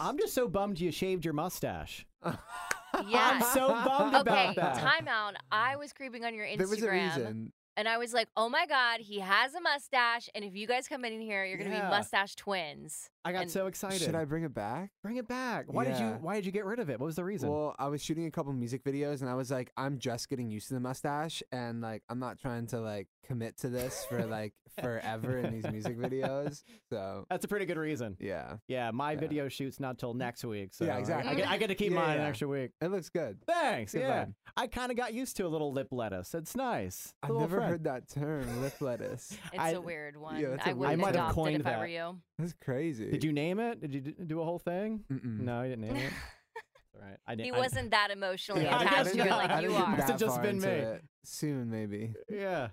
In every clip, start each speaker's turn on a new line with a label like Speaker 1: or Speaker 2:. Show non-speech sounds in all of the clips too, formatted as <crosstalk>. Speaker 1: I'm just so bummed you shaved your mustache.
Speaker 2: Yeah.
Speaker 1: <laughs> I'm so bummed
Speaker 2: okay,
Speaker 1: about that.
Speaker 2: time out. I was creeping on your Instagram.
Speaker 3: There was a reason.
Speaker 2: And I was like, oh my God, he has a mustache. And if you guys come in here, you're going to
Speaker 1: Yeah.
Speaker 2: be mustache twins.
Speaker 1: I got
Speaker 2: And-
Speaker 1: so excited.
Speaker 3: Should I bring it back?
Speaker 1: bring it back? Why did
Speaker 3: Yeah.
Speaker 1: you Why did you get rid of it? What was the reason?
Speaker 3: Well, I was shooting a couple music videos and I was like, I'm just getting used to the mustache and like I'm not trying to like commit to this
Speaker 1: <laughs>
Speaker 3: for like forever in these music videos. So
Speaker 1: That's a pretty good reason.
Speaker 3: yeah.
Speaker 1: Yeah, my
Speaker 3: Yeah.
Speaker 1: video shoot's not till next week. So
Speaker 3: Yeah,
Speaker 1: I-
Speaker 3: exactly.
Speaker 1: I get, I get to keep
Speaker 3: Yeah,
Speaker 1: mine an
Speaker 3: yeah.
Speaker 1: extra week.
Speaker 3: It looks good.
Speaker 1: Thanks.
Speaker 3: Good
Speaker 1: yeah,
Speaker 3: vibe.
Speaker 1: I kind of got used to a little lip lettuce. It's nice.
Speaker 3: I've
Speaker 1: Little
Speaker 3: never
Speaker 1: friend.
Speaker 3: heard that term, lip
Speaker 1: <laughs>
Speaker 3: lettuce.
Speaker 2: It's
Speaker 1: I-
Speaker 2: a weird one.
Speaker 3: that's a
Speaker 2: I
Speaker 3: weird
Speaker 2: wouldn't
Speaker 1: one. I might have
Speaker 2: adopt it
Speaker 1: coined
Speaker 2: if I were
Speaker 1: that.
Speaker 2: you.
Speaker 3: That's crazy.
Speaker 1: Did you name it? Did you d- do a whole thing?
Speaker 3: Mm-mm.
Speaker 1: No, I didn't name <laughs> it. All right, I didn't.
Speaker 2: He
Speaker 1: I-
Speaker 2: wasn't that emotionally
Speaker 1: Yeah, I
Speaker 2: attached
Speaker 1: guess
Speaker 2: to it
Speaker 1: not.
Speaker 2: like
Speaker 1: I
Speaker 2: you
Speaker 1: didn't
Speaker 2: are.
Speaker 1: Must have just been me.
Speaker 3: It. Soon maybe.
Speaker 1: <laughs> Yeah.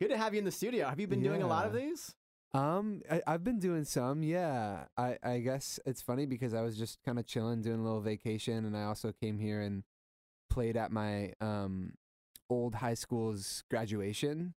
Speaker 1: Good to have you in the studio. Have you been doing a lot of
Speaker 3: Yeah.
Speaker 1: these?
Speaker 3: Um, I, I've been doing some, yeah. I, I guess it's funny because I was just kind of chilling, doing a little vacation, and I also came here and played at my um old high school's graduation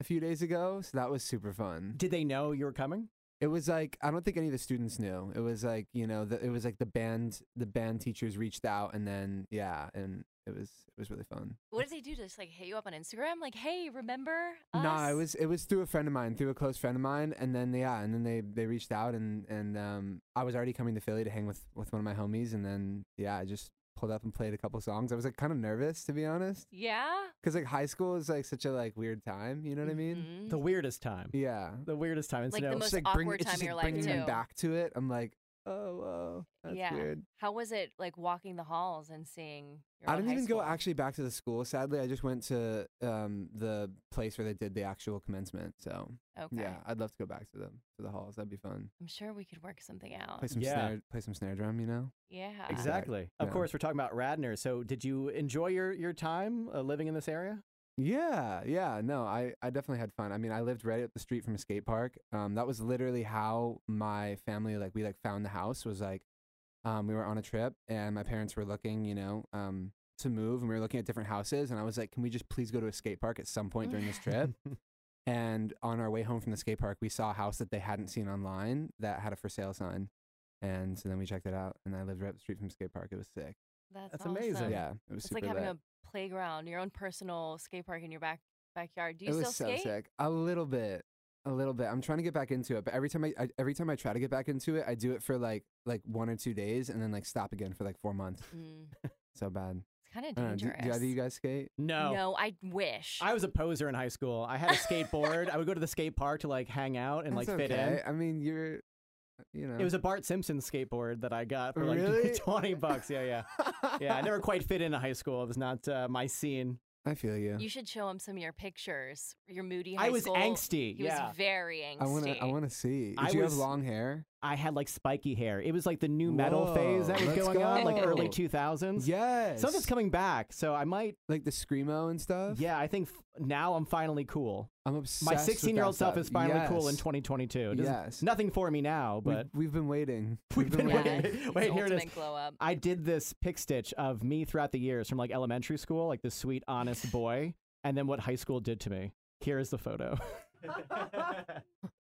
Speaker 3: a few days ago. So that was super fun.
Speaker 1: Did they know you were coming?
Speaker 3: It was like I don't think any of the students knew. It was like you know, the, it was like the band, the band teachers reached out, and then yeah, and it was it was really fun.
Speaker 2: What did they do? Just like hit you up on Instagram? Like, hey, remember?
Speaker 3: No,
Speaker 2: Us?
Speaker 3: it was it was through a friend of mine, through a close friend of mine, and then yeah, and then they they reached out and and um I was already coming to Philly to hang with with one of my homies, and then yeah, I just pulled up and played a couple songs. I was like kind of nervous to be honest,
Speaker 2: Yeah.
Speaker 3: because like high school is like such a like weird time, you know what I mean?
Speaker 2: Mhm.
Speaker 1: The weirdest time.
Speaker 3: Yeah,
Speaker 1: The weirdest time. And
Speaker 2: Like
Speaker 1: so
Speaker 2: the
Speaker 1: now-
Speaker 2: most
Speaker 3: like bring-
Speaker 2: awkward
Speaker 3: it's
Speaker 2: time
Speaker 3: just,
Speaker 2: of your
Speaker 3: like,
Speaker 2: life,
Speaker 3: bringing me
Speaker 2: too.
Speaker 3: back to it. I'm like, oh whoa, that's
Speaker 2: yeah.
Speaker 3: weird.
Speaker 2: How was it like walking the halls and seeing your
Speaker 3: I
Speaker 2: old
Speaker 3: didn't
Speaker 2: high
Speaker 3: even go
Speaker 2: school?
Speaker 3: actually back to the school. Sadly, I just went to um, the place where they did the actual commencement. So
Speaker 2: Okay.
Speaker 3: yeah, I'd love to go back to them to the halls. That'd be fun.
Speaker 2: I'm sure we could work something out.
Speaker 4: Uh,
Speaker 3: play some
Speaker 1: Yeah.
Speaker 3: snare play some snare drum you know
Speaker 2: Yeah.
Speaker 1: Exactly. Of
Speaker 3: Yeah.
Speaker 1: course, we're talking about Radnor. So, did you enjoy your your time uh, living in this area?
Speaker 3: yeah yeah no i i definitely had fun i mean i lived right up the street from a skate park um that was literally how my family like we like found the house was like um we were on a trip and my parents were looking you know um to move and we were looking at different houses and i was like can we just please go to a skate park at some point during this
Speaker 2: <laughs>
Speaker 3: trip and on our way home from the skate park we saw a house that they hadn't seen online that had a for sale sign and so then we checked it out and i lived right up the street from a skate park it was sick
Speaker 2: That's,
Speaker 1: That's amazing.
Speaker 2: awesome.
Speaker 3: yeah it was
Speaker 2: It's
Speaker 3: super
Speaker 2: like having
Speaker 3: lit.
Speaker 2: a playground, your own personal skate park in your back backyard. Do you
Speaker 3: it
Speaker 2: still
Speaker 3: was so
Speaker 2: skate?
Speaker 3: sick. A little bit, a little bit. I'm trying to get back into it, but every time I, I every time I try to get back into it, I do it for like like one or two days and then like stop again for like four months.
Speaker 2: Mm,
Speaker 3: So bad.
Speaker 2: it's kind of
Speaker 3: I don't know, do-
Speaker 2: dangerous.
Speaker 3: do either of you guys skate?
Speaker 1: No.
Speaker 2: No, I wish.
Speaker 1: I was a poser in high school. I had a
Speaker 2: <laughs>
Speaker 1: skateboard. I would go to the skate park to like hang out and like
Speaker 3: That's
Speaker 1: fit
Speaker 3: okay.
Speaker 1: in.
Speaker 3: I mean, you're, you know.
Speaker 1: It was a Bart Simpson skateboard that I got for like <laughs>
Speaker 3: Really?
Speaker 1: 20 bucks. Yeah, yeah. Yeah, I never quite fit into high school. It was not uh, my scene.
Speaker 3: <laughs> I feel you.
Speaker 2: You should show him some of your pictures. Your moody
Speaker 1: I
Speaker 2: high
Speaker 1: was
Speaker 2: school.
Speaker 1: angsty,
Speaker 2: He
Speaker 1: yeah.
Speaker 2: was very angsty.
Speaker 3: I want to. I want to see. Did
Speaker 1: I
Speaker 3: you
Speaker 1: was-
Speaker 3: have long hair?
Speaker 1: I had like spiky hair. It was like the new metal phase that
Speaker 3: Whoa,
Speaker 1: was
Speaker 3: let's
Speaker 1: going on, like early
Speaker 3: go.
Speaker 1: 2000s.
Speaker 3: Yes.
Speaker 1: Some of it's coming back, so I might.
Speaker 3: like the screamo and stuff.
Speaker 1: Yeah, I think f- now I'm finally cool.
Speaker 3: I'm obsessed.
Speaker 1: My
Speaker 3: with that
Speaker 1: 16 year old self
Speaker 3: stuff.
Speaker 1: is finally cool in
Speaker 3: Yes.
Speaker 1: 2022. It doesn't-
Speaker 3: Yes.
Speaker 1: Nothing for me now,
Speaker 3: We've-
Speaker 1: but <laughs>
Speaker 3: we've, been waiting.
Speaker 1: We've been
Speaker 2: Yeah.
Speaker 1: waiting. <laughs>
Speaker 2: it's
Speaker 1: Wait,
Speaker 2: the
Speaker 1: here it is.
Speaker 2: ultimate Glow up.
Speaker 1: I did this pick stitch of me throughout the years from like elementary school, like the sweet,
Speaker 3: <laughs>
Speaker 1: honest boy, and then what high school did to me. Here is the photo.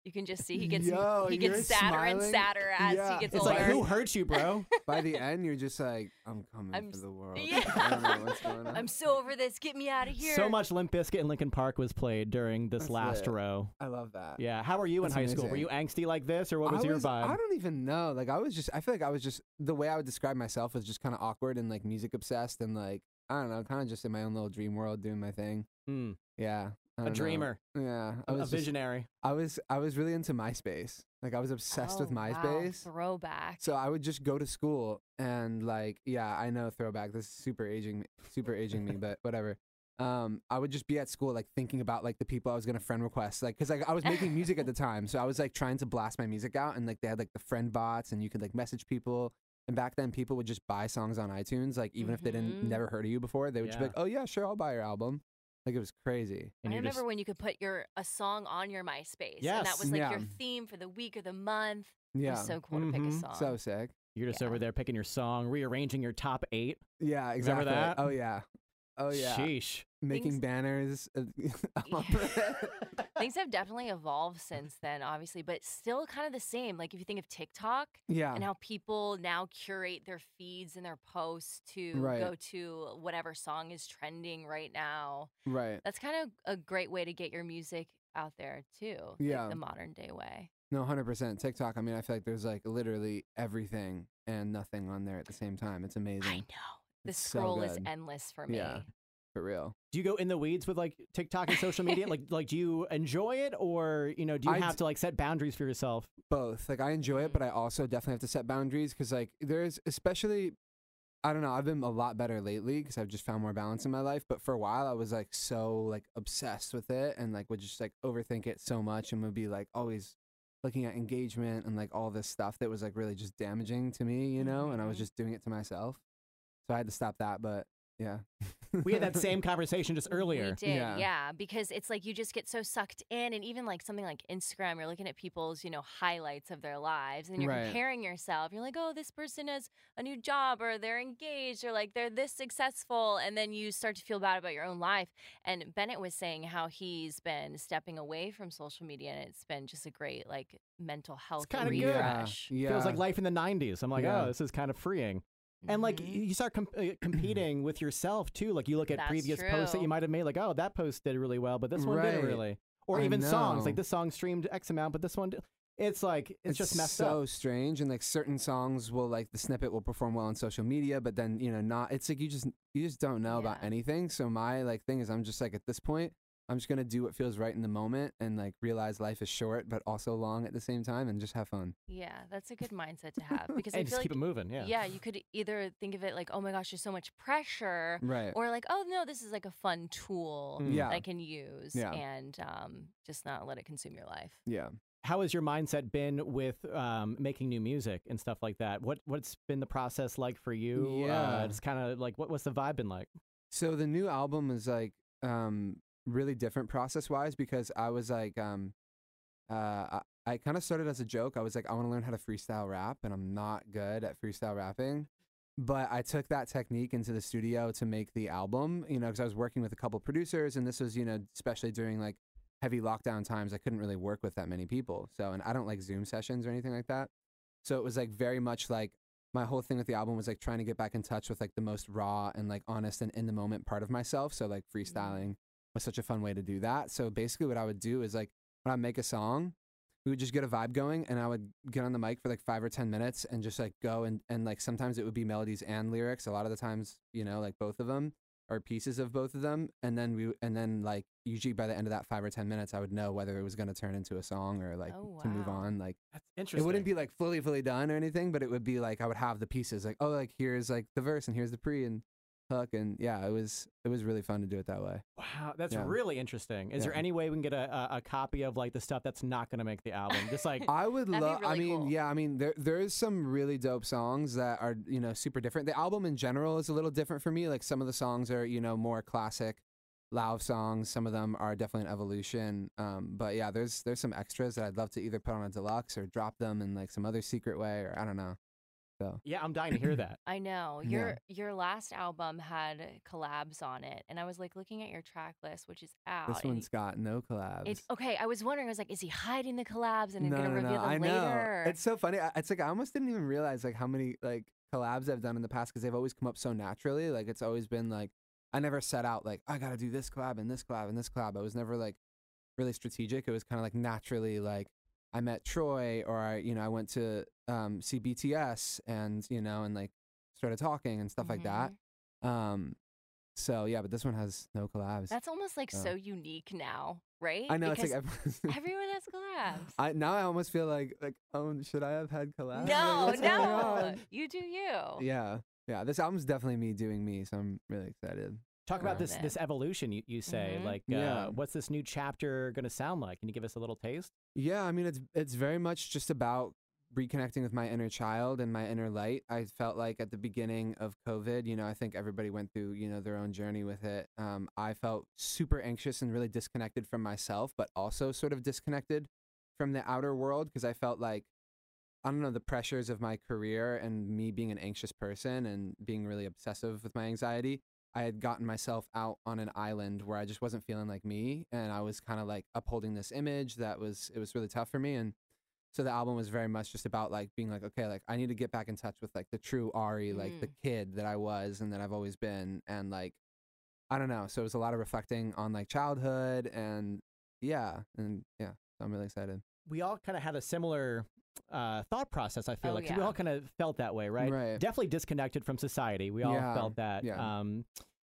Speaker 2: You can just see he gets
Speaker 3: Yo,
Speaker 2: he
Speaker 3: you're
Speaker 2: gets sadder and
Speaker 3: smiling.
Speaker 2: sadder as
Speaker 3: Yeah.
Speaker 2: he gets
Speaker 1: It's
Speaker 2: older.
Speaker 1: like, who hurt you, bro?
Speaker 3: By the end, you're just like, I'm coming
Speaker 2: I'm
Speaker 3: for
Speaker 2: s-
Speaker 3: the
Speaker 2: <laughs>
Speaker 3: world. <laughs>
Speaker 2: Yeah.
Speaker 3: I don't know what's going on.
Speaker 2: <laughs> I'm so over this. Get me out of <laughs> here.
Speaker 1: so much Limp Bizkit and Linkin Park was played during this
Speaker 3: That's
Speaker 1: last
Speaker 3: lit.
Speaker 1: row.
Speaker 3: I love that.
Speaker 1: Yeah. How were you in
Speaker 3: That's
Speaker 1: high school? Were you
Speaker 3: amazing.
Speaker 1: angsty like this, or what was,
Speaker 3: I
Speaker 1: your vibe?
Speaker 3: I don't even know. Like I was just I feel like I was just the way I would describe myself was just kind of awkward and like music obsessed and like I don't know, kind of just in my own little dream world doing my thing.
Speaker 1: Mm,
Speaker 3: Yeah. I
Speaker 1: a
Speaker 3: don't know.
Speaker 1: dreamer,
Speaker 3: Yeah. I
Speaker 1: a-
Speaker 3: was
Speaker 1: a
Speaker 3: just-
Speaker 1: visionary.
Speaker 3: I was I was really into MySpace. Like I was obsessed with
Speaker 2: Oh, wow,
Speaker 3: MySpace.
Speaker 2: Throwback.
Speaker 3: So I would just go to school and like, yeah, I know throwback. This is super aging, me, super aging me, but whatever. Um, I would just be at school like thinking about like the people I was gonna friend request, like because like I was making music
Speaker 1: <laughs>
Speaker 3: at the time, so I was like trying to blast my music out, and like they had like the friend bots, and you could like message people. And back then, people would just buy songs on iTunes, like even if they didn't
Speaker 2: Mhm.
Speaker 3: never heard of you before, they would just be
Speaker 1: Mm-hmm. Yeah.
Speaker 3: like, "Oh yeah, sure, I'll buy your album." Like it was crazy.
Speaker 2: I
Speaker 1: And you're
Speaker 2: remember
Speaker 1: just-
Speaker 2: when you could put your a song on your MySpace, and
Speaker 1: Yes.
Speaker 2: that was like your
Speaker 3: Yeah.
Speaker 2: theme for the week or the month. It
Speaker 3: Yeah,
Speaker 2: was so cool to pick a
Speaker 1: Mhm.
Speaker 2: song.
Speaker 3: so sick.
Speaker 1: You're just
Speaker 2: Yeah.
Speaker 1: over there picking your song, rearranging your top eight.
Speaker 3: Yeah, exactly.
Speaker 1: that?
Speaker 3: Oh yeah, oh yeah.
Speaker 1: Sheesh.
Speaker 3: Making banners. uh, <laughs> all <laughs> that.
Speaker 2: Things have definitely evolved since then, obviously, but still kind of the same. Like if you think of TikTok
Speaker 3: Yeah.
Speaker 2: and how people now curate their feeds and their posts to
Speaker 3: Right.
Speaker 2: go to whatever song is trending right now. <laughs>
Speaker 3: right.
Speaker 2: That's kind of a great way to get your music out there too.
Speaker 3: Yeah.
Speaker 2: Like the modern day way.
Speaker 3: No, 100%. TikTok, I mean, I feel like there's like literally everything and nothing on there at the same time. It's
Speaker 2: I
Speaker 3: amazing.
Speaker 2: know. The
Speaker 3: It's so
Speaker 2: scroll is
Speaker 3: good.
Speaker 2: endless for me.
Speaker 3: Yeah. For real.
Speaker 1: Do you go in the weeds with like TikTok and social media?
Speaker 3: <laughs>
Speaker 1: like, like, do you enjoy it, or you know, do you
Speaker 3: I
Speaker 1: have
Speaker 3: d-
Speaker 1: to like set boundaries for yourself?
Speaker 3: Both. Like, I enjoy
Speaker 1: Mm.
Speaker 3: it, but I also definitely have to set boundaries because, like, there's especially, I don't know, I've been a lot better lately because I've just found more balance in my life. But for a while, I was like so, like, obsessed with it and, like, would just, like, overthink it so much and would be, like, always looking at engagement and, like, all this stuff that was, like, really just damaging to me, you know? And I
Speaker 1: Mm-hmm.
Speaker 3: was
Speaker 2: Mhm.
Speaker 3: just doing it to myself. So I had to stop that, but yeah.
Speaker 1: We had that
Speaker 3: <laughs>
Speaker 1: same conversation just
Speaker 2: We
Speaker 1: earlier.
Speaker 2: did,
Speaker 3: Yeah.
Speaker 2: yeah. because it's like you just get so sucked in, and even like something like Instagram, you're looking at people's, you know, highlights of their lives, and you're
Speaker 3: Right.
Speaker 2: comparing yourself. You're like, oh, this person has a new job, or they're engaged, or like they're this successful, and then you start to feel bad about your own life. And Bennett was saying how he's been stepping away from social media, and it's been just a great like mental health
Speaker 1: kinda good.
Speaker 2: refresh.
Speaker 3: Yeah.
Speaker 1: Feels like life in the '90s. I'm like,
Speaker 3: Yeah. Mm-hmm.
Speaker 1: oh, this is kind of freeing. And like, y-
Speaker 2: Mhm.
Speaker 1: you start com- uh, competing with yourself too. Like, you look at
Speaker 2: That's
Speaker 1: previous posts that
Speaker 2: true.
Speaker 1: you might have made, like, oh, that post did really well, but this one didn't
Speaker 3: Right.
Speaker 1: really. Or
Speaker 3: I
Speaker 1: even songs, like
Speaker 3: know.
Speaker 1: this song streamed X amount, but this one, d- it's like it's, just messed
Speaker 3: so
Speaker 1: up.
Speaker 3: strange, and like certain songs will like the snippet will perform well on social media, but then you know not. It's like you just you just don't know about
Speaker 2: Yeah.
Speaker 3: anything. So my like thing is, I'm just like at this point, I'm just gonna do what feels right in the moment, and like realize life is short but also long at the same time, and just have fun.
Speaker 2: Yeah, that's a good mindset
Speaker 1: <laughs>
Speaker 2: to have because I
Speaker 1: And
Speaker 2: feel
Speaker 1: just
Speaker 2: like
Speaker 1: keep it moving. Yeah.
Speaker 2: yeah, you could either think of it like, oh my gosh, there's so much pressure,
Speaker 3: Right.
Speaker 2: or like, oh no, this is like a fun tool
Speaker 1: Mm.
Speaker 3: yeah.
Speaker 2: that I can use
Speaker 3: Yeah.
Speaker 2: and um, just not let it consume your life.
Speaker 3: yeah.
Speaker 1: How has your mindset been with um, making new music and stuff like that? What What's been the process like for you?
Speaker 3: Yeah.
Speaker 1: Uh, just kind of like what, what's the vibe been like?
Speaker 3: So the new album is like um really different process wise because I was like um uh I, I kind of started as a joke. I was like I want to learn how to freestyle rap and I'm not good at freestyle rapping. But I took that technique into the studio to make the album, you know, because I was working with a couple producers and this was, you know, especially during like heavy lockdown times, I couldn't really work with that many people. So, and I don't like Zoom sessions or anything like that. So it was like very much like my whole thing with the album was like trying to get back in touch with like the most raw and like honest and in the moment part of myself. So like freestyling was such a fun way to do that. So basically what I would do is like when I make a song, we would just get a vibe going and I would get on the mic for like five or ten minutes and just like go and, and like sometimes it would be melodies and lyrics. A lot of the times, you know, like both of them or pieces of both of them. And then we and then like usually by the end of that five or ten minutes I would know whether it was gonna turn into a song or like
Speaker 2: Oh,
Speaker 3: to move
Speaker 2: wow.
Speaker 3: on. Like
Speaker 1: That's
Speaker 3: it
Speaker 1: interesting.
Speaker 3: wouldn't be like fully fully done or anything but it would be like i would have the pieces like oh like here's like the verse and here's the pre and hook, and yeah, it was it was really fun to do it that way.
Speaker 1: Wow, that's
Speaker 3: Yeah.
Speaker 1: really interesting. Is there
Speaker 3: Yeah.
Speaker 1: any way we can get a, a, a copy of like the stuff that's not going to make the album? Just
Speaker 3: <laughs>
Speaker 1: like
Speaker 3: I
Speaker 2: <laughs>
Speaker 3: would
Speaker 2: That'd be
Speaker 3: love. I
Speaker 2: really
Speaker 3: mean,
Speaker 2: cool.
Speaker 3: yeah. I mean, there there is some really dope songs that are you know super different. The album in general is a little different for me. Like some of the songs are you know more classic, loud songs. Some of them are definitely an evolution. Um, but yeah, there's there's some extras that I'd love to either put on a deluxe or drop them in like some other secret way or I don't know. So
Speaker 1: yeah, I'm dying to hear that.
Speaker 2: I know
Speaker 3: Yeah.
Speaker 2: your your last album had collabs on it, and I was like looking at your track list, which is out.
Speaker 3: this
Speaker 2: and
Speaker 3: one's got no collabs.
Speaker 2: It's okay. I was wondering. I was like, is he hiding the collabs and going to reveal them
Speaker 3: I
Speaker 2: later?
Speaker 3: know. It's so funny. I, it's like I almost didn't even realize like how many like collabs I've done in the past because they've always come up so naturally. Like it's always been like I never set out like I got to do this collab and this collab and this collab. I was never like really strategic. It was kind of like naturally like I met Troy or I you know I went to um, see BTS and you know and like started talking and stuff like
Speaker 2: Mhm.
Speaker 3: that. Um, so yeah, but this one has no collabs.
Speaker 2: That's almost like
Speaker 3: Yeah.
Speaker 2: so unique now, right?
Speaker 3: uh. I know it's
Speaker 2: Because
Speaker 3: like everyone's- <laughs>
Speaker 2: everyone has collabs.
Speaker 3: I now I almost feel like like oh should I have had collabs? Like,
Speaker 2: no, Oh.
Speaker 3: what's going
Speaker 2: no,
Speaker 3: on?
Speaker 2: you do you.
Speaker 3: Yeah, yeah. This album's definitely me doing me, so I'm really excited.
Speaker 1: Talk about
Speaker 3: Love Mm-hmm.
Speaker 1: this
Speaker 2: it.
Speaker 1: this evolution. You, you say
Speaker 2: Mhm.
Speaker 1: like, uh,
Speaker 3: Yeah.
Speaker 1: what's this new chapter going to sound like? Can you give us a little taste?
Speaker 3: Yeah, I mean it's it's very much just about reconnecting with my inner child and my inner light. I felt like at the beginning of COVID, you know, I think everybody went through, you know, their own journey with it. Um, I felt super anxious and really disconnected from myself, but also sort of disconnected from the outer world because I felt like I don't know the pressures of my career and me being an anxious person and being really obsessive with my anxiety. I had gotten myself out on an island where I just wasn't feeling like me, and I was kind of like upholding this image that was it was really tough for me. And so the album was very much just about like being like, okay, like I need to get back in touch with like the true Ari, like the kid that I was and that I've always been, and like I don't know. So it was a lot of reflecting on like childhood and yeah, and yeah. So I'm really excited.
Speaker 1: We all kind of had a similar uh, thought process. I feel
Speaker 2: Oh,
Speaker 1: like 'cause we
Speaker 2: yeah.
Speaker 1: all kind of felt that way, right?
Speaker 3: Right.
Speaker 1: Definitely disconnected from society. We all
Speaker 3: Yeah,
Speaker 1: felt that.
Speaker 3: yeah.
Speaker 1: Um,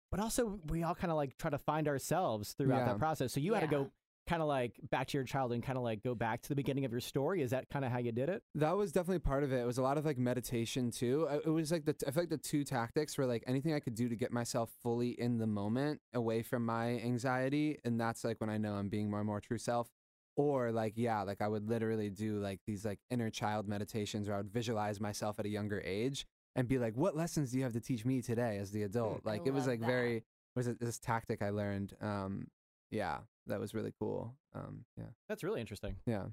Speaker 1: but also, we all kind of like try to find ourselves throughout
Speaker 3: Yeah.
Speaker 1: that process. So you had to
Speaker 2: Yeah.
Speaker 1: go kind of like back to your childhood and kind of like go back to the beginning of your story. Is that kind of how you did it?
Speaker 3: That was definitely part of it. It was a lot of like meditation too. I- It was like the t- I feel like the two tactics were like anything I could do to get myself fully in the moment, away from my anxiety, and that's like when I know I'm being my more true self. Or like yeah, like I would literally do like these like inner child meditations where I would visualize myself at a younger age and be like, what lessons do you have to teach me today as the adult?
Speaker 2: I
Speaker 3: Like it was
Speaker 2: love
Speaker 3: like
Speaker 2: that.
Speaker 3: very was it this tactic I learned. Um, yeah, that was really cool. Um, yeah,
Speaker 1: That's really interesting.
Speaker 3: yeah,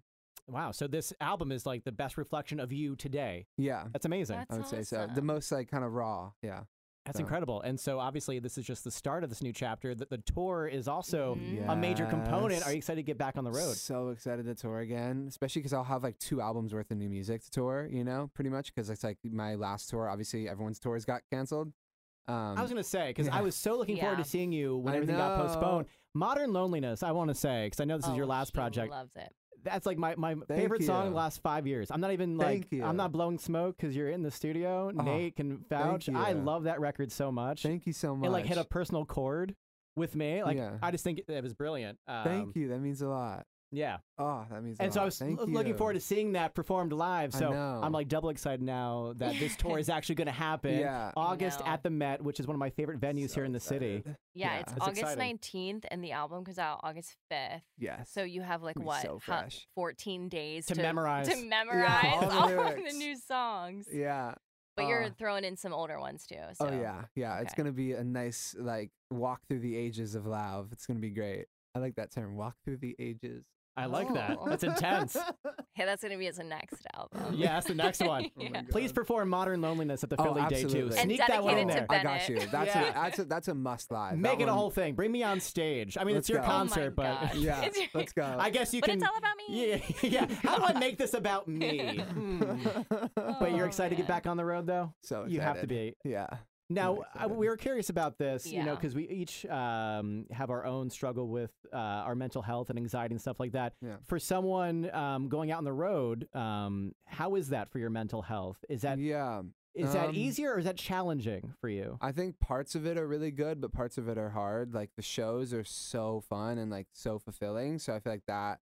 Speaker 1: Wow. So this album is like the best reflection of you today.
Speaker 3: yeah.
Speaker 1: That's amazing.
Speaker 2: That's
Speaker 3: I would say so. The
Speaker 2: awesome.
Speaker 3: most like kind of raw, yeah.
Speaker 1: That's
Speaker 3: So-
Speaker 1: incredible. And so obviously this is just the start of this new chapter. The, the tour is also
Speaker 2: Mhm.
Speaker 1: Mm. a major component.
Speaker 3: Yes.
Speaker 1: Are you excited to get back on the road?
Speaker 3: So excited to tour again, especially because I'll have like two albums worth of new music to tour. You know, pretty much because it's like my last tour. Obviously, everyone's tours got canceled. Um,
Speaker 1: I was going to say, because I
Speaker 3: Yeah.
Speaker 1: was so looking forward
Speaker 2: Yeah.
Speaker 1: to seeing you when
Speaker 3: I
Speaker 1: everything got
Speaker 3: know.
Speaker 1: postponed. Modern Loneliness, I want to say, because I know this is your
Speaker 2: Oh,
Speaker 1: last
Speaker 2: he
Speaker 1: project.
Speaker 2: Loves it.
Speaker 1: That's like my, my favorite song in the
Speaker 3: you.
Speaker 1: last five years. I'm not even like,
Speaker 3: Thank
Speaker 1: I'm
Speaker 3: you.
Speaker 1: not blowing smoke because you're in the studio.
Speaker 3: Oh,
Speaker 1: Nate can vouch. I
Speaker 3: you.
Speaker 1: love that record so much.
Speaker 3: thank you so much.
Speaker 1: It like hit a personal chord with me. Like,
Speaker 3: Yeah.
Speaker 1: I just think it, it was brilliant. Um,
Speaker 3: Thank you. That means a lot.
Speaker 1: Yeah.
Speaker 3: Oh, that means.
Speaker 1: And
Speaker 3: a
Speaker 1: so I
Speaker 3: lot.
Speaker 1: was
Speaker 3: Thank
Speaker 1: l- looking
Speaker 3: you.
Speaker 1: forward to seeing that performed live.
Speaker 3: I
Speaker 1: So
Speaker 3: know.
Speaker 1: I'm like double excited now that this tour
Speaker 2: <laughs>
Speaker 1: is actually going to happen.
Speaker 3: Yeah. I
Speaker 1: August
Speaker 2: know.
Speaker 1: at the Met, which is one of my favorite venues
Speaker 3: So
Speaker 1: here in the city.
Speaker 3: excited.
Speaker 2: Yeah,
Speaker 3: Yeah.
Speaker 2: it's
Speaker 1: That's
Speaker 2: August
Speaker 1: exciting.
Speaker 2: nineteenth, and the album comes out August fifth.
Speaker 3: Yes.
Speaker 2: So you have like
Speaker 3: Gonna be
Speaker 2: what?
Speaker 3: so
Speaker 2: how-
Speaker 3: fresh.
Speaker 2: Fourteen days
Speaker 1: To
Speaker 2: to,
Speaker 1: memorize.
Speaker 2: to
Speaker 1: Yeah,
Speaker 2: memorize
Speaker 3: all the
Speaker 2: <laughs> all, of the
Speaker 3: lyrics.
Speaker 2: new songs.
Speaker 3: Yeah.
Speaker 2: But you're
Speaker 3: uh,
Speaker 2: throwing in some older ones too. So.
Speaker 3: oh
Speaker 2: <laughs>
Speaker 3: yeah, yeah. It's
Speaker 2: okay.
Speaker 3: gonna be a nice like walk through the ages of love. It's gonna be great. I like that term, walk through the ages.
Speaker 1: I like that.
Speaker 2: Oh.
Speaker 1: That's intense.
Speaker 3: <laughs>
Speaker 2: Hey, that's gonna be his next album.
Speaker 1: Yeah, that's the next one.
Speaker 2: <laughs> Yeah.
Speaker 1: Please perform Modern Loneliness at the
Speaker 3: Oh,
Speaker 1: Philly Day too.
Speaker 3: absolutely.
Speaker 2: And
Speaker 1: Sneak that one in
Speaker 2: dedicated
Speaker 1: there.
Speaker 2: to
Speaker 3: I got
Speaker 2: Bennett.
Speaker 3: you. That's
Speaker 1: Yeah.
Speaker 3: a that's a that's a must live.
Speaker 1: Make it a whole thing. Bring me on stage. I mean,
Speaker 3: Let's
Speaker 1: it's your
Speaker 3: go. Oh my
Speaker 1: concert, but
Speaker 3: <laughs>
Speaker 2: gosh.
Speaker 3: Yeah,
Speaker 2: It's-
Speaker 3: let's go.
Speaker 1: I guess you
Speaker 2: But
Speaker 1: can.
Speaker 2: it's all about me.
Speaker 1: <laughs> Yeah, yeah. How do I make this about
Speaker 2: <laughs>
Speaker 1: me? Hmm. But you're
Speaker 2: Oh,
Speaker 1: excited to get
Speaker 2: man.
Speaker 1: back on the road, though.
Speaker 3: <laughs> so
Speaker 1: you have to
Speaker 3: excited.
Speaker 1: be.
Speaker 3: Yeah.
Speaker 1: Now
Speaker 3: Really
Speaker 1: I,
Speaker 3: excited.
Speaker 1: we were curious about this, you know,
Speaker 2: Yeah.
Speaker 1: because we each um, have our own struggle with uh, our mental health and anxiety and stuff like that.
Speaker 3: Yeah.
Speaker 1: For someone um, going out on the road, um, how is that for your mental health? Is that is
Speaker 3: yeah.
Speaker 1: that
Speaker 3: um,
Speaker 1: easier or is that challenging for you?
Speaker 3: I think parts of it are really good, but parts of it are hard. Like the shows are so fun and like so fulfilling. So I feel like that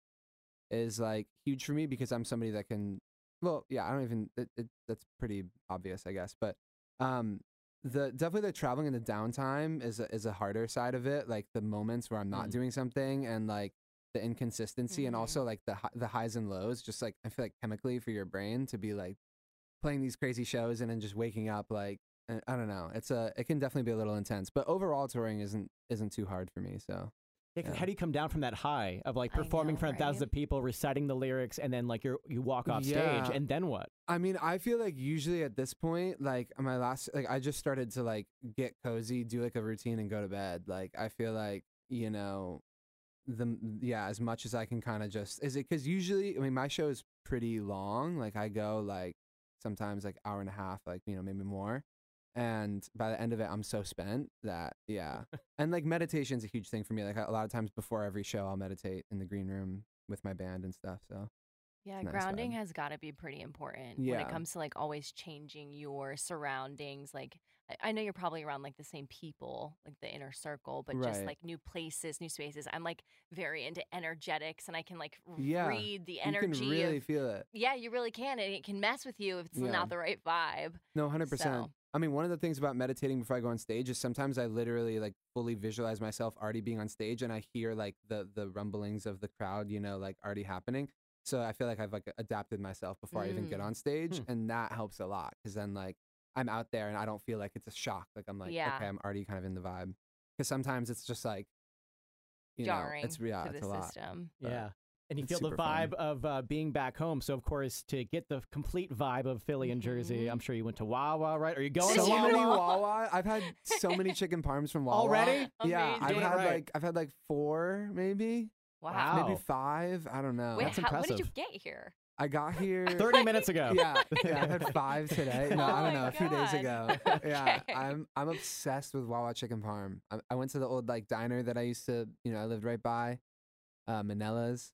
Speaker 3: is like huge for me because I'm somebody that can. Well, yeah, I don't even. It, it, that's pretty obvious, I guess. But um, the definitely the traveling in the downtime is a, is a harder side of it. Like the moments where I'm not
Speaker 1: Mm.
Speaker 3: doing something and like the inconsistency and
Speaker 2: Mhm.
Speaker 3: also like the hi- the highs and lows. Just like I feel like chemically for your brain to be like playing these crazy shows and then just waking up like I- I don't know. It's a it can definitely be a little intense, but overall touring isn't isn't too hard for me. So
Speaker 1: Yeah, 'cause
Speaker 3: Yeah.
Speaker 1: how do you come down from that high of like
Speaker 2: I
Speaker 1: performing in
Speaker 2: know,
Speaker 1: front of thousands
Speaker 2: right?
Speaker 1: of people, reciting the lyrics, and then like you you walk off
Speaker 3: Yeah.
Speaker 1: stage, and then what?
Speaker 3: I mean, I feel like usually at this point, like my last, like I just started to like get cozy, do like a routine, and go to bed. Like I feel like you know, the yeah, as much as I can kind of just is it because usually I mean my show is pretty long. Like I go like sometimes like hour and a half, like you know maybe more, and by the end of it I'm so spent that
Speaker 2: <laughs>
Speaker 3: yeah, and like meditation's a huge thing for me. Like a lot of times before every show I'll meditate in the green room with my band and stuff. So
Speaker 2: Yeah,
Speaker 3: It's nice
Speaker 2: grounding
Speaker 3: vibe.
Speaker 2: has got to be pretty important when
Speaker 3: Yeah.
Speaker 2: it comes to like always changing your surroundings. Like, I, I know you're probably around like the same people, like the inner circle, but just
Speaker 3: Right.
Speaker 2: like new places, new spaces. I'm like very into energetics and I can like r-
Speaker 3: Yeah,
Speaker 2: read the
Speaker 3: you
Speaker 2: energy.
Speaker 3: can really
Speaker 2: of,
Speaker 3: feel it.
Speaker 2: yeah, you really can. And it can mess with you if it's
Speaker 3: Yeah.
Speaker 2: not the right vibe.
Speaker 3: No, hundred percent.
Speaker 2: So-
Speaker 3: I mean, one of the things about meditating before I go on stage is sometimes I literally like fully visualize myself already being on stage, and I hear like the the rumblings of the crowd, you know, like already happening. So I feel like I've like adapted myself before I even get
Speaker 2: Mm.
Speaker 3: on stage,
Speaker 1: Hmm.
Speaker 3: and that helps a lot because then like I'm out there and I don't feel like it's a shock. Like I'm like,
Speaker 2: Yeah.
Speaker 3: okay, I'm already kind of in the vibe. Because sometimes it's just like, you
Speaker 2: Jarring
Speaker 3: know, it's yeah,
Speaker 2: to
Speaker 3: it's
Speaker 2: the
Speaker 3: a lot.
Speaker 2: system.
Speaker 3: But
Speaker 1: Yeah. And you
Speaker 3: Uh, it's
Speaker 1: feel the
Speaker 3: super fun.
Speaker 1: vibe of uh, being back home. So, of course, to get the complete vibe of Philly and Jersey,
Speaker 2: Mhm.
Speaker 1: I'm sure you went to Wawa, right? Are you going
Speaker 2: Did
Speaker 3: Mm-hmm. so
Speaker 1: to
Speaker 2: you?
Speaker 1: Wawa?
Speaker 3: many Wawa. I've had so many chicken parms from Wawa
Speaker 1: Already?
Speaker 3: Yeah, I've
Speaker 1: Amazing.
Speaker 3: had
Speaker 1: Right.
Speaker 3: like I've had like four, maybe
Speaker 2: Wow.
Speaker 1: Wow.
Speaker 3: maybe five. I don't know.
Speaker 2: Wait,
Speaker 1: That's
Speaker 2: how, when did you
Speaker 1: impressive.
Speaker 2: get here?
Speaker 3: I
Speaker 2: <laughs>
Speaker 3: got here
Speaker 1: 30 minutes ago.
Speaker 3: <laughs> Yeah,
Speaker 1: <laughs>
Speaker 3: yeah, I had five today. No,
Speaker 2: Oh
Speaker 3: I
Speaker 2: my
Speaker 3: don't know, a few days ago.
Speaker 2: God. <laughs>
Speaker 3: Yeah,
Speaker 2: Okay.
Speaker 3: I'm I'm obsessed with Wawa chicken parm. I, I went to the old like diner that I used to, you know, I lived right by, uh, Manella's,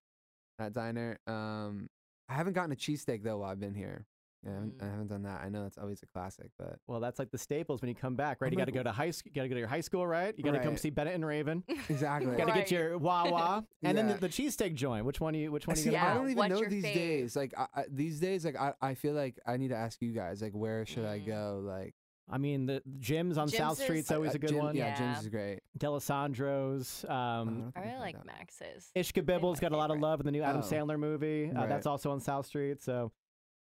Speaker 3: that diner. Um, I haven't gotten a cheesesteak though while I've been here. Yeah, I, haven't, I
Speaker 2: Mm.
Speaker 3: haven't done that. I know that's always a classic,
Speaker 2: <laughs>
Speaker 3: but
Speaker 1: Well, that's like the staples when you come back, right?
Speaker 3: I'm
Speaker 1: You got to
Speaker 3: like-
Speaker 1: go to high school, got to go to your high school, right? You got to come
Speaker 3: Right.
Speaker 1: see Bennett and Raven.
Speaker 3: exactly.
Speaker 1: Got to
Speaker 2: Right.
Speaker 1: get your Wawa,
Speaker 3: <laughs>
Speaker 1: and then the,
Speaker 3: Yeah.
Speaker 1: the cheesesteak joint. Which one? Are you, which one? Are you
Speaker 3: See, <laughs>
Speaker 1: gonna
Speaker 3: I
Speaker 1: go?
Speaker 3: don't even
Speaker 2: What's
Speaker 3: know
Speaker 2: your
Speaker 3: these
Speaker 2: fave?
Speaker 3: days. Like I, I, these days, like I, I feel like I need to ask you guys, like where should I
Speaker 2: Mm.
Speaker 3: go? Like
Speaker 1: I mean, the the gyms on South
Speaker 2: Jims's-
Speaker 1: Street's always
Speaker 3: uh,
Speaker 1: a good
Speaker 3: Jim-
Speaker 1: one.
Speaker 3: Yeah,
Speaker 2: Yeah.
Speaker 3: Jim's is great.
Speaker 1: Delisandro's.
Speaker 3: Oh,
Speaker 1: Um,
Speaker 3: don't
Speaker 2: I
Speaker 3: think I've
Speaker 2: really
Speaker 3: had
Speaker 2: like
Speaker 3: that.
Speaker 2: Max's.
Speaker 1: Ishka Bibble's got a lot of
Speaker 2: favorite.
Speaker 1: love in the new Adam
Speaker 3: Oh.
Speaker 1: Sandler movie. Uh,
Speaker 3: Right.
Speaker 1: That's also on South Street. So,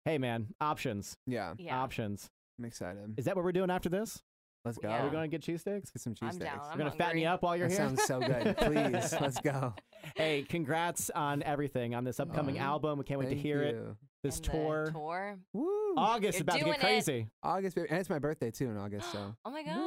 Speaker 1: hey, man, options,
Speaker 3: Yeah,
Speaker 2: Yeah.
Speaker 1: options.
Speaker 3: I'm excited.
Speaker 1: Is that what we're doing after this?
Speaker 3: Let's go.
Speaker 1: Are we
Speaker 2: Yeah.
Speaker 1: going to get cheesesteaks?
Speaker 3: Let's get some cheesesteaks.
Speaker 2: I'm down.
Speaker 1: We're
Speaker 2: I'm
Speaker 1: going to fatten you
Speaker 2: hungry.
Speaker 1: up while you're
Speaker 3: That
Speaker 1: here. <laughs>
Speaker 3: sounds so good. Please, let's go.
Speaker 1: hey, congrats on everything on this upcoming
Speaker 3: Mhm.
Speaker 1: album. We can't wait to
Speaker 3: Thank
Speaker 1: hear it.
Speaker 3: you.
Speaker 1: This
Speaker 2: And the
Speaker 1: tour.
Speaker 2: Tour.
Speaker 3: Woo.
Speaker 1: August is
Speaker 2: You're
Speaker 1: about to get
Speaker 2: doing it.
Speaker 1: crazy.
Speaker 3: August, baby. and it's my birthday too in August. So
Speaker 2: <gasps> oh my god!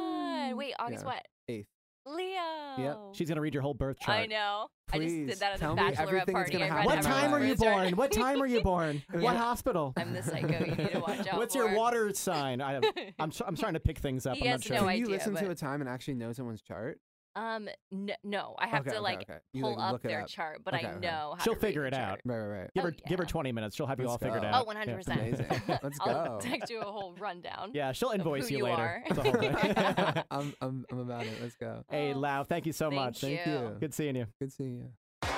Speaker 3: Woo.
Speaker 2: Wait, August
Speaker 3: Yeah.
Speaker 2: what?
Speaker 3: eighth.
Speaker 2: Leo.
Speaker 1: She's going to read your whole birth chart.
Speaker 2: Oh. I know. I
Speaker 3: Please,
Speaker 2: just did that at a
Speaker 3: tell me
Speaker 2: bachelorette
Speaker 3: everything that's
Speaker 2: party.
Speaker 3: gonna
Speaker 2: I read
Speaker 3: happen
Speaker 1: What
Speaker 3: in my
Speaker 1: time are
Speaker 3: life.
Speaker 1: you born? What time are you born? What
Speaker 3: Yeah.
Speaker 1: hospital?
Speaker 2: I'm the psycho you need to
Speaker 1: <laughs>
Speaker 2: watch out
Speaker 1: What's your
Speaker 2: for.
Speaker 1: water sign? I,
Speaker 2: <laughs>
Speaker 1: I'm, tr- I'm trying to pick things up.
Speaker 2: He
Speaker 1: I'm
Speaker 2: has
Speaker 1: not sure.
Speaker 2: no
Speaker 3: Can
Speaker 2: idea,
Speaker 3: you listen to
Speaker 2: but-
Speaker 3: a time and actually know someone's chart?
Speaker 2: <laughs> Um, no, no I have
Speaker 3: Okay,
Speaker 2: to
Speaker 3: okay,
Speaker 2: like
Speaker 3: okay. You,
Speaker 2: pull
Speaker 3: like,
Speaker 2: up
Speaker 3: look it
Speaker 2: their
Speaker 3: up.
Speaker 2: chart, but
Speaker 3: Okay,
Speaker 2: I
Speaker 3: okay.
Speaker 2: know how
Speaker 1: She'll
Speaker 2: to read
Speaker 1: figure
Speaker 2: the
Speaker 1: it out.
Speaker 2: chart.
Speaker 3: Right, right, right.
Speaker 1: Give her,
Speaker 2: Oh,
Speaker 1: give her
Speaker 2: yeah.
Speaker 1: 20 minutes. She'll have you
Speaker 3: Let's
Speaker 1: all figured
Speaker 3: go.
Speaker 1: out.
Speaker 2: Oh,
Speaker 3: out.
Speaker 2: 100
Speaker 1: Yeah.
Speaker 2: percent.
Speaker 3: Amazing. <laughs> Let's
Speaker 2: <laughs> I'll
Speaker 3: go.
Speaker 2: text you a whole rundown.
Speaker 1: Yeah, she'll invoice
Speaker 2: who
Speaker 1: you
Speaker 2: you
Speaker 1: later.
Speaker 2: are.
Speaker 1: The whole
Speaker 2: <laughs>
Speaker 1: thing.
Speaker 3: <laughs> I'm, I'm, I'm about it. Let's go.
Speaker 1: hey, Lau, thank you so
Speaker 2: Thank
Speaker 1: much.
Speaker 2: you.
Speaker 3: Thank you.
Speaker 1: Good seeing you.
Speaker 3: Good seeing you.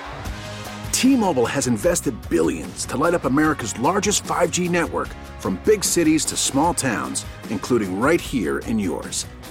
Speaker 5: T-Mobile has invested billions to light up America's largest 5G network from big cities to small towns, including right here in yours.